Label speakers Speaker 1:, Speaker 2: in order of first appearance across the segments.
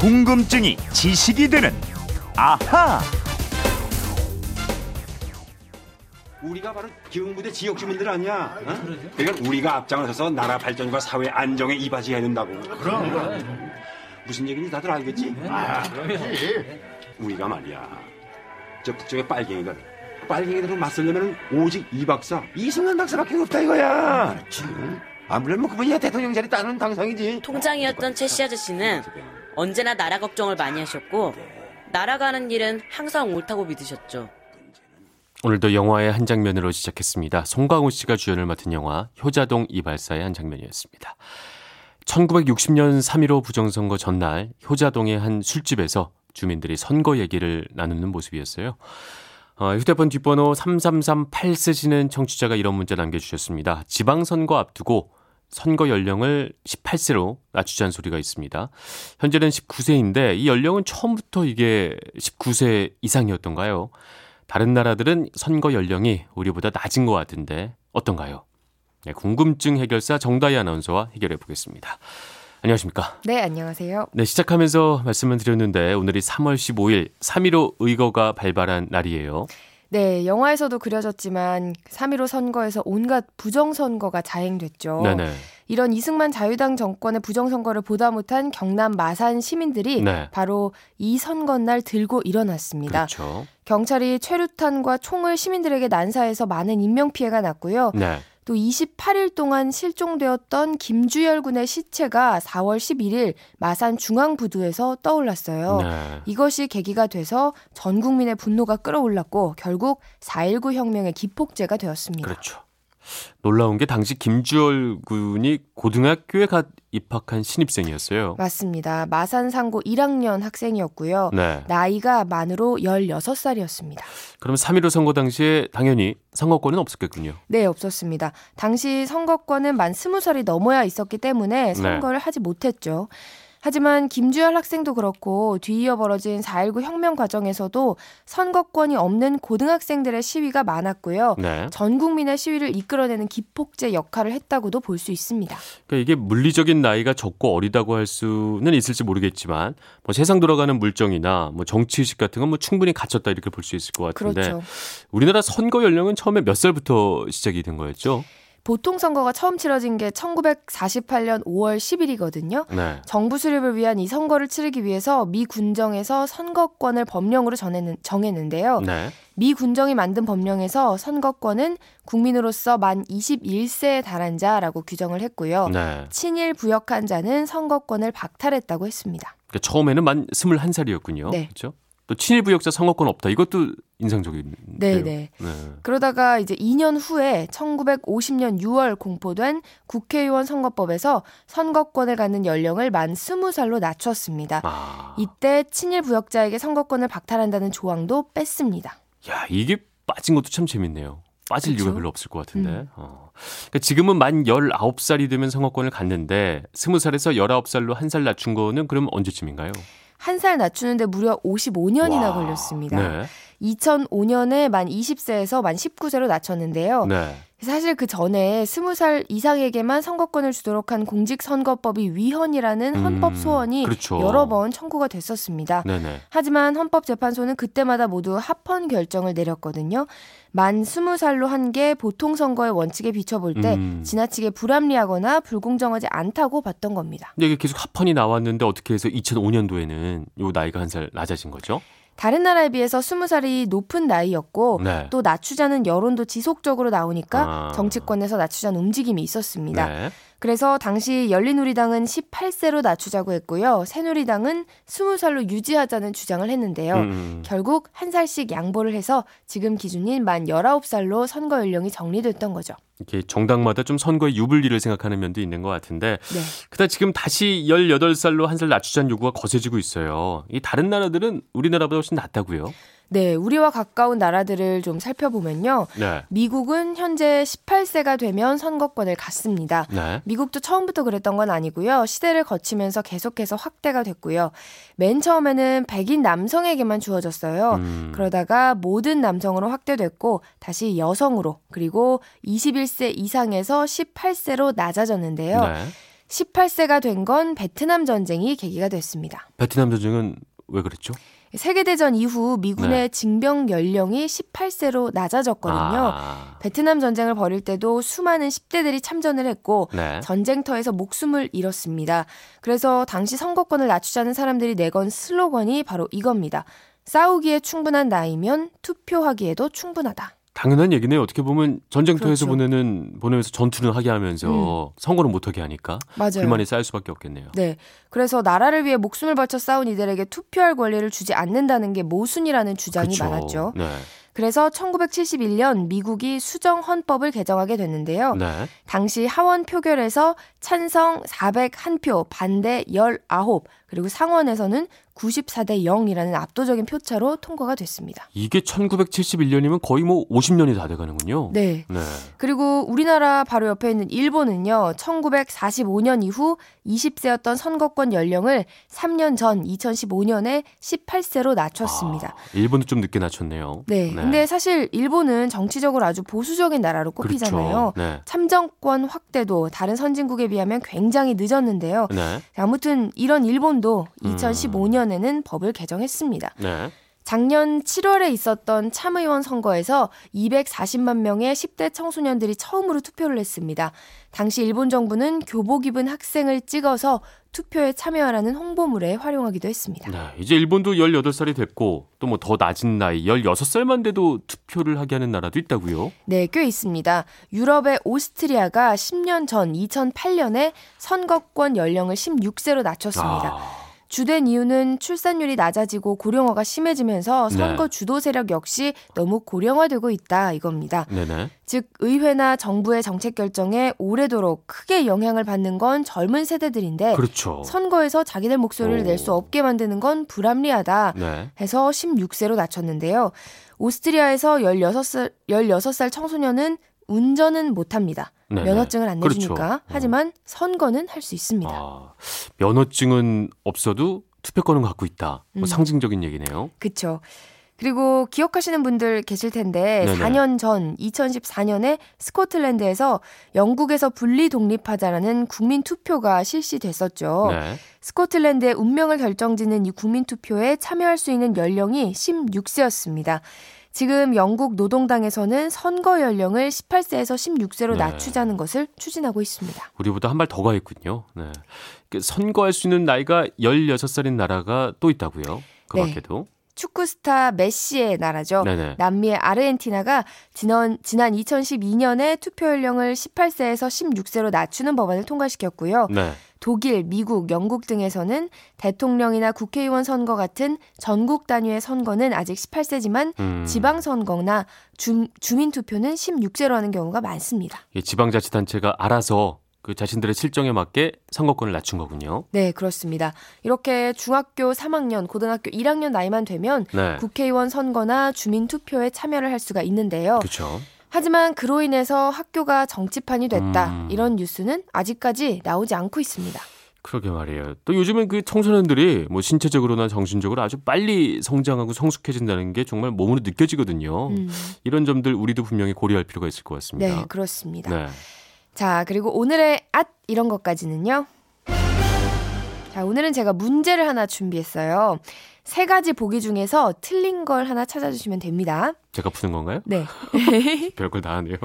Speaker 1: 궁금증이 지식이 되는 아하.
Speaker 2: 우리가 바로 기흥부대 지역 주민들 아니야. 어? 그러니까 우리가 앞장을 서서 나라 발전과 사회 안정에 이바지해야 된다고. 그럼. 네. 무슨 얘기인지 다들 알겠지? 아, 우리가 말이야. 저 북쪽의 빨갱이들. 빨갱이들을 맞서려면 오직 이 박사, 이승만 박사밖에 없다 이거야. 응? 아무래도 뭐 그분이야 대통령 자리 따는 당상이지.
Speaker 3: 통장이었던 최 씨 아저씨는 언제나 나라 걱정을 많이 하셨고 날아가는 일은 항상 옳다고 믿으셨죠.
Speaker 4: 오늘도 영화의 한 장면으로 시작했습니다. 송강호 씨가 주연을 맡은 영화 효자동 이발사의 한 장면이었습니다. 1960년 3.15 부정선거 전날 효자동의 한 술집에서 주민들이 선거 얘기를 나누는 모습이었어요. 어, 휴대폰 뒷번호 3338 쓰시는 청취자가 이런 문자 남겨주셨습니다. 지방선거 앞두고 선거 연령을 18세로 낮추자는 소리가 있습니다. 현재는 19세인데 이 연령은 처음부터 이게 19세 이상이었던가요? 다른 나라들은 선거 연령이 우리보다 낮은 것 같은데 어떤가요? 네, 궁금증 해결사 정다희 아나운서와 해결해 보겠습니다. 안녕하십니까?
Speaker 5: 네, 안녕하세요.
Speaker 4: 네, 시작하면서 말씀을 드렸는데 오늘이 3월 15일 3.15 의거가 발발한 날이에요.
Speaker 5: 네, 영화에서도 그려졌지만 3.15 선거에서 온갖 부정선거가 자행됐죠.
Speaker 4: 네네.
Speaker 5: 이런 이승만 자유당 정권의 부정선거를 보다 못한 경남 마산 시민들이
Speaker 4: 네.
Speaker 5: 바로 이 선거날 들고 일어났습니다.
Speaker 4: 그렇죠.
Speaker 5: 경찰이 최루탄과 총을 시민들에게 난사해서 많은 인명피해가 났고요.
Speaker 4: 네.
Speaker 5: 또 28일 동안 실종되었던 김주열 군의 시체가 4월 11일 마산 중앙부두에서 떠올랐어요.
Speaker 4: 네.
Speaker 5: 이것이 계기가 돼서 전 국민의 분노가 끌어올랐고 결국 4.19 혁명의 기폭제가 되었습니다.
Speaker 4: 그렇죠. 놀라운 게 당시 김주열 군이 고등학교에 갓 입학한 신입생이었어요.
Speaker 5: 맞습니다. 마산 상고 1학년 학생이었고요.
Speaker 4: 네.
Speaker 5: 나이가 만으로 16살이었습니다.
Speaker 4: 그럼 3.15 선거 당시에 당연히 선거권은 없었겠군요.
Speaker 5: 네, 없었습니다. 당시 선거권은 만 20살이 넘어야 있었기
Speaker 4: 네.
Speaker 5: 때문에 선거를 하지 못했죠. 하지만 김주열 학생도 그렇고 뒤이어 벌어진 4.19 혁명 과정에서도 선거권이 없는 고등학생들의 시위가 많았고요.
Speaker 4: 네.
Speaker 5: 전 국민의 시위를 이끌어내는 기폭제 역할을 했다고도 볼 수 있습니다.
Speaker 4: 그러니까 이게 물리적인 나이가 적고 어리다고 할 수는 있을지 모르겠지만 뭐 세상 돌아가는 물정이나 뭐 정치 의식 같은 건 뭐 충분히 갖췄다 이렇게 볼 수 있을 것 같은데
Speaker 5: 그렇죠.
Speaker 4: 우리나라 선거 연령은 처음에 몇 살부터 시작이 된 거였죠?
Speaker 5: 보통 선거가 처음 치러진 게 1948년 5월 10일이거든요.
Speaker 4: 네.
Speaker 5: 정부 수립을 위한 이 선거를 치르기 위해서 미 군정에서 선거권을 법령으로 전했는- 정했는데요.
Speaker 4: 네.
Speaker 5: 미 군정이 만든 법령에서 선거권은 국민으로서 만 21세에 달한 자라고 규정을 했고요.
Speaker 4: 네.
Speaker 5: 친일 부역한 자는 선거권을 박탈했다고 했습니다.
Speaker 4: 그러니까 처음에는 만 21살이었군요.
Speaker 5: 네.
Speaker 4: 그렇죠? 또 친일 부역자 선거권 없다. 이것도 인상적인데요.
Speaker 5: 네, 네.
Speaker 4: 네.
Speaker 5: 그러다가 이제 2년 후에 1950년 6월 공포된 국회의원 선거법에서 선거권을 갖는 연령을 만 20살로 낮췄습니다.
Speaker 4: 아.
Speaker 5: 이때 친일 부역자에게 선거권을 박탈한다는 조항도 뺐습니다.
Speaker 4: 야, 이게 빠진 것도 참 재밌네요. 빠질 이유가
Speaker 5: 그쵸?
Speaker 4: 별로 없을 것 같은데.
Speaker 5: 음.
Speaker 4: 어. 그러니까 지금은 만 19살이 되면 선거권을 갖는데 20살에서 19살로 한 살 낮춘 거는 그럼 언제쯤인가요?
Speaker 5: 한 살 낮추는데 무려 55년이나
Speaker 4: 와.
Speaker 5: 걸렸습니다.
Speaker 4: 네.
Speaker 5: 2005년에 만 20세에서 만 19세로 낮췄는데요.
Speaker 4: 네.
Speaker 5: 사실 그 전에 20살 이상에게만 선거권을 주도록 한 공직선거법이 위헌이라는
Speaker 4: 음,
Speaker 5: 헌법 소원이
Speaker 4: 그렇죠.
Speaker 5: 여러 번 청구가 됐었습니다.
Speaker 4: 네, 네.
Speaker 5: 하지만 헌법재판소는 그때마다 모두 합헌 결정을 내렸거든요. 만 20살로 한 게 보통 선거의 원칙에 비춰볼 때
Speaker 4: 음.
Speaker 5: 지나치게 불합리하거나 불공정하지 않다고 봤던 겁니다.
Speaker 4: 근데 이게 계속 합헌이 나왔는데 어떻게 해서 2005년도에는 요 나이가 한 살 낮아진 거죠?
Speaker 5: 다른 나라에 비해서 20살이 높은 나이였고
Speaker 4: 네.
Speaker 5: 어, 또 낮추자는 여론도 지속적으로 나오니까
Speaker 4: 아.
Speaker 5: 정치권에서 낮추자는 움직임이 있었습니다.
Speaker 4: 네.
Speaker 5: 그래서 당시 열린우리당은 18세로 낮추자고 했고요. 새누리당은 20살로 유지하자는 주장을 했는데요.
Speaker 4: 음.
Speaker 5: 결국 한 살씩 양보를 해서 지금 기준인 만 19살로 선거 연령이 정리됐던 거죠.
Speaker 4: 이게 정당마다 좀 선거의 유불리를 생각하는 면도 있는 것 같은데
Speaker 5: 네.
Speaker 4: 그다 지금 다시 18살로 한 살 낮추자는 요구가 거세지고 있어요. 이 다른 나라들은 우리나라보다 훨씬 낫다고요.
Speaker 5: 네, 우리와 가까운 나라들을 좀 살펴보면요.
Speaker 4: 네.
Speaker 5: 미국은 현재 18세가 되면 선거권을 갖습니다.
Speaker 4: 네.
Speaker 5: 미국도 처음부터 그랬던 건 아니고요. 시대를 거치면서 계속해서 확대가 됐고요. 맨 처음에는 백인 남성에게만 주어졌어요.
Speaker 4: 음.
Speaker 5: 그러다가 모든 남성으로 확대됐고 다시 여성으로 그리고 21세 이상에서 18세로 낮아졌는데요.
Speaker 4: 네.
Speaker 5: 18세가 된 건 베트남 전쟁이 계기가 됐습니다.
Speaker 4: 베트남 전쟁은 왜 그랬죠?
Speaker 5: 세계대전 이후 미군의
Speaker 4: 네.
Speaker 5: 징병 연령이 18세로 낮아졌거든요.
Speaker 4: 아,
Speaker 5: 베트남 전쟁을 벌일 때도 수많은 10대들이 참전을 했고
Speaker 4: 네.
Speaker 5: 전쟁터에서 목숨을 잃었습니다. 그래서 당시 선거권을 낮추자는 사람들이 내건 슬로건이 바로 이겁니다. 싸우기에 충분한 나이면 투표하기에도 충분하다.
Speaker 4: 당연한 얘기네요. 어떻게 보면 전쟁터에서
Speaker 5: 그렇죠.
Speaker 4: 보내는 보내면서 전투는 하게 하면서 선거는 못 하게 하니까
Speaker 5: 맞아요.
Speaker 4: 불만이 쌓일 수밖에 없겠네요.
Speaker 5: 네. 그래서 나라를 위해 목숨을 바쳐 싸운 이들에게 투표할 권리를 주지 않는다는 게 모순이라는 주장이
Speaker 4: 그쵸.
Speaker 5: 많았죠.
Speaker 4: 네.
Speaker 5: 그래서 1971년 미국이 수정 헌법을 개정하게 됐는데요.
Speaker 4: 네.
Speaker 5: 당시 하원 표결에서 찬성 401표, 반대 19, 그리고 상원에서는 94대 0이라는 압도적인 표차로 통과가 됐습니다.
Speaker 4: 이게 1971년이면 거의 뭐 50년이 다 돼가는군요.
Speaker 5: 네.
Speaker 4: 네.
Speaker 5: 그리고 우리나라 바로 옆에 있는 일본은요, 1945년 이후 20세였던 선거권 연령을 3년 전 2015년에 18세로 낮췄습니다.
Speaker 4: 아, 일본도 좀 늦게 낮췄네요.
Speaker 5: 네. 근데 사실 일본은 정치적으로 아주 보수적인 나라로 꼽히잖아요.
Speaker 4: 그렇죠. 네.
Speaker 5: 참정권 확대도 다른 선진국에 비하면 굉장히 늦었는데요.
Speaker 4: 네.
Speaker 5: 아무튼 이런 일본도
Speaker 4: 음.
Speaker 5: 2015년에는 법을 개정했습니다.
Speaker 4: 네.
Speaker 5: 작년 7월에 있었던 참의원 선거에서 240만 명의 10대 청소년들이 처음으로 투표를 했습니다. 당시 일본 정부는 교복 입은 학생을 찍어서 투표에 참여하라는 홍보물에 활용하기도 했습니다.
Speaker 4: 네. 이제 일본도 18살이 됐고 또 뭐 더 낮은 나이 16살만 돼도 투표를 하게 하는 나라도 있다고요.
Speaker 5: 네, 꽤 있습니다. 유럽의 오스트리아가 10년 전 2008년에 선거권 연령을 16세로 낮췄습니다.
Speaker 4: 아,
Speaker 5: 주된 이유는 출산율이 낮아지고 고령화가 심해지면서
Speaker 4: 네.
Speaker 5: 선거 주도 세력 역시 너무 고령화되고 있다 이겁니다.
Speaker 4: 네네.
Speaker 5: 즉 의회나 정부의 정책 결정에 오래도록 크게 영향을 받는 건 젊은 세대들인데
Speaker 4: 그렇죠.
Speaker 5: 선거에서 자기들 목소리를
Speaker 4: 오.
Speaker 5: 낼 수 없게 만드는 건 불합리하다
Speaker 4: 네.
Speaker 5: 해서 16세로 낮췄는데요. 오스트리아에서 16살, 16살 청소년은 운전은 못합니다.
Speaker 4: 네네.
Speaker 5: 면허증을 안
Speaker 4: 그렇죠.
Speaker 5: 내주니까
Speaker 4: 어.
Speaker 5: 하지만 선거는 할 수 있습니다.
Speaker 4: 아, 면허증은 없어도 투표권은 갖고 있다. 뭐
Speaker 5: 음.
Speaker 4: 상징적인 얘기네요.
Speaker 5: 그쵸. 그리고 기억하시는 분들 계실 텐데
Speaker 4: 네네.
Speaker 5: 4년 전 2014년에 스코틀랜드에서 영국에서 분리 독립하자라는 국민 투표가 실시됐었죠.
Speaker 4: 네.
Speaker 5: 스코틀랜드의 운명을 결정짓는 이 국민 투표에 참여할 수 있는 연령이 16세였습니다. 지금 영국 노동당에서는 선거 연령을 18세에서 16세로
Speaker 4: 네.
Speaker 5: 낮추자는 것을 추진하고 있습니다.
Speaker 4: 우리보다 한 발 더 가 있군요. 네. 그 선거할 수 있는 나이가 16살인 나라가 또 있다고요. 그
Speaker 5: 네.
Speaker 4: 밖에도.
Speaker 5: 축구 스타 메시의 어, 나라죠.
Speaker 4: 네네.
Speaker 5: 남미의 아르헨티나가 지난, 지난 2012년에 투표 연령을 18세에서 16세로 낮추는 법안을 통과시켰고요.
Speaker 4: 네.
Speaker 5: 독일, 미국, 영국 등에서는 대통령이나 국회의원 선거 같은 전국 단위의 선거는 아직 18세지만
Speaker 4: 음.
Speaker 5: 지방선거나 주, 주민투표는 16세로 하는 경우가 많습니다.
Speaker 4: 이 예, 지방자치단체가 알아서 그 자신들의 실정에 맞게 선거권을 낮춘 거군요.
Speaker 5: 네, 그렇습니다. 이렇게 중학교 3학년, 고등학교 1학년 나이만 되면
Speaker 4: 네.
Speaker 5: 국회의원 선거나 주민투표에 참여를 할 수가 있는데요.
Speaker 4: 그렇죠.
Speaker 5: 하지만 그로 인해서 학교가 정치판이 됐다
Speaker 4: 음.
Speaker 5: 이런 뉴스는 아직까지 나오지 않고 있습니다.
Speaker 4: 그러게 말이에요. 또 요즘은 그 청소년들이 뭐 신체적으로나 정신적으로 아주 빨리 성장하고 성숙해진다는 게 정말 몸으로 느껴지거든요.
Speaker 5: 음,
Speaker 4: 이런 점들 우리도 분명히 고려할 필요가 있을 것 같습니다.
Speaker 5: 네 그렇습니다.
Speaker 4: 네.
Speaker 5: 자 그리고 오늘의 앗 이런 것까지는요. 자 오늘은 제가 문제를 하나 준비했어요. 세 가지 보기 중에서 틀린 걸 하나 찾아주시면 됩니다.
Speaker 4: 제가 푸는 건가요?
Speaker 5: 네.
Speaker 4: 별걸 다 하네요.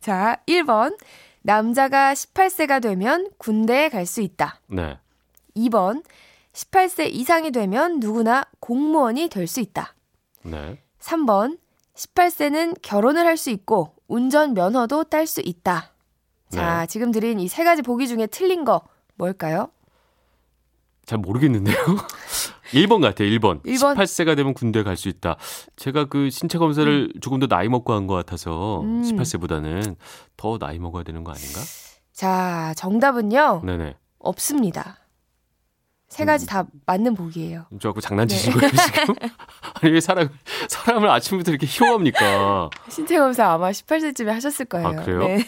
Speaker 5: 자 1번 남자가 18세가 되면 군대에 갈 수 있다.
Speaker 4: 네.
Speaker 5: 2번 18세 이상이 되면 누구나 공무원이 될 수 있다.
Speaker 4: 네.
Speaker 5: 3번 18세는 결혼을 할 수 있고 운전 면허도 딸 수 있다. 자,
Speaker 4: 네.
Speaker 5: 지금 드린 이 세 가지 보기 중에 틀린 거 뭘까요?
Speaker 4: 잘 모르겠는데요. 1번 같아요. 1번.
Speaker 5: 일 번.
Speaker 4: 18세가 되면 군대 갈 수 있다. 제가 그 신체 검사를 조금 더 나이 먹고 한 것 같아서
Speaker 5: 음.
Speaker 4: 18세보다는 더 나이 먹어야 되는 거 아닌가?
Speaker 5: 자, 정답은요.
Speaker 4: 네네.
Speaker 5: 없습니다. 세
Speaker 4: 음.
Speaker 5: 가지 다 맞는 보기예요.
Speaker 4: 저 자꾸
Speaker 5: 네.
Speaker 4: 장난치신 거예요 지금? 아니 왜 사람 사람을 아침부터 이렇게 희롱합니까?
Speaker 5: 신체 검사 아마 18세쯤에 하셨을 거예요. 네.
Speaker 4: 아, 그래요?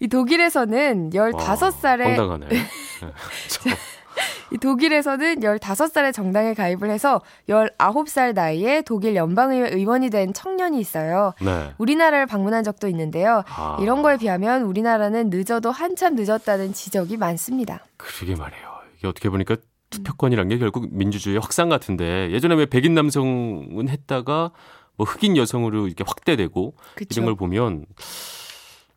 Speaker 5: 이 독일에서는
Speaker 4: 와,
Speaker 5: 15살에
Speaker 4: 황당하네. 네. 저,
Speaker 5: 이 독일에서는 15살에 정당에 가입을 해서 19살 나이에 독일 연방의회 의원이 된 청년이 있어요.
Speaker 4: 네.
Speaker 5: 우리나라를 방문한 적도 있는데요.
Speaker 4: 아.
Speaker 5: 이런 거에 비하면 우리나라는 늦어도 한참 늦었다는 지적이 많습니다.
Speaker 4: 그러게 말이에요. 이게 어떻게 보니까 투표권이란 게 결국 민주주의 확산 같은데 예전에 왜 백인 남성은 했다가 뭐 흑인 여성으로 이렇게 확대되고
Speaker 5: 그쵸?
Speaker 4: 이런 걸 보면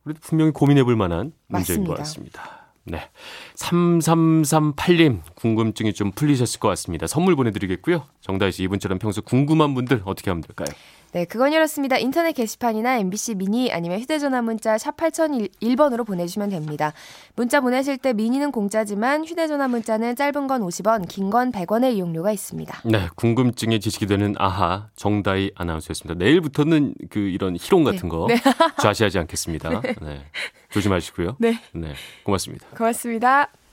Speaker 4: 그래도 분명히 고민해 볼 만한 문제인 것
Speaker 5: 맞습니다.
Speaker 4: 같습니다. 네. 3338님 궁금증이 좀 풀리셨을 것 같습니다. 선물 보내드리겠고요. 정다희 씨 이분처럼 평소 궁금한 분들 어떻게 하면 될까요?
Speaker 5: 네, 그건 이렇습니다. 인터넷 게시판이나 MBC 미니 아니면 휴대전화 문자 샵 8001번으로 보내주시면 됩니다. 문자 보내실 때 미니는 공짜지만 휴대전화 문자는 짧은 건 50원, 긴 건 100원의 이용료가 있습니다.
Speaker 4: 네, 궁금증에 지식이 되는 아하 정다희 아나운서였습니다. 내일부터는 그 이런 희롱 같은 거 좌시하지 않겠습니다. 네. 조심하시고요.
Speaker 5: 네.
Speaker 4: 네, 고맙습니다.
Speaker 5: 고맙습니다.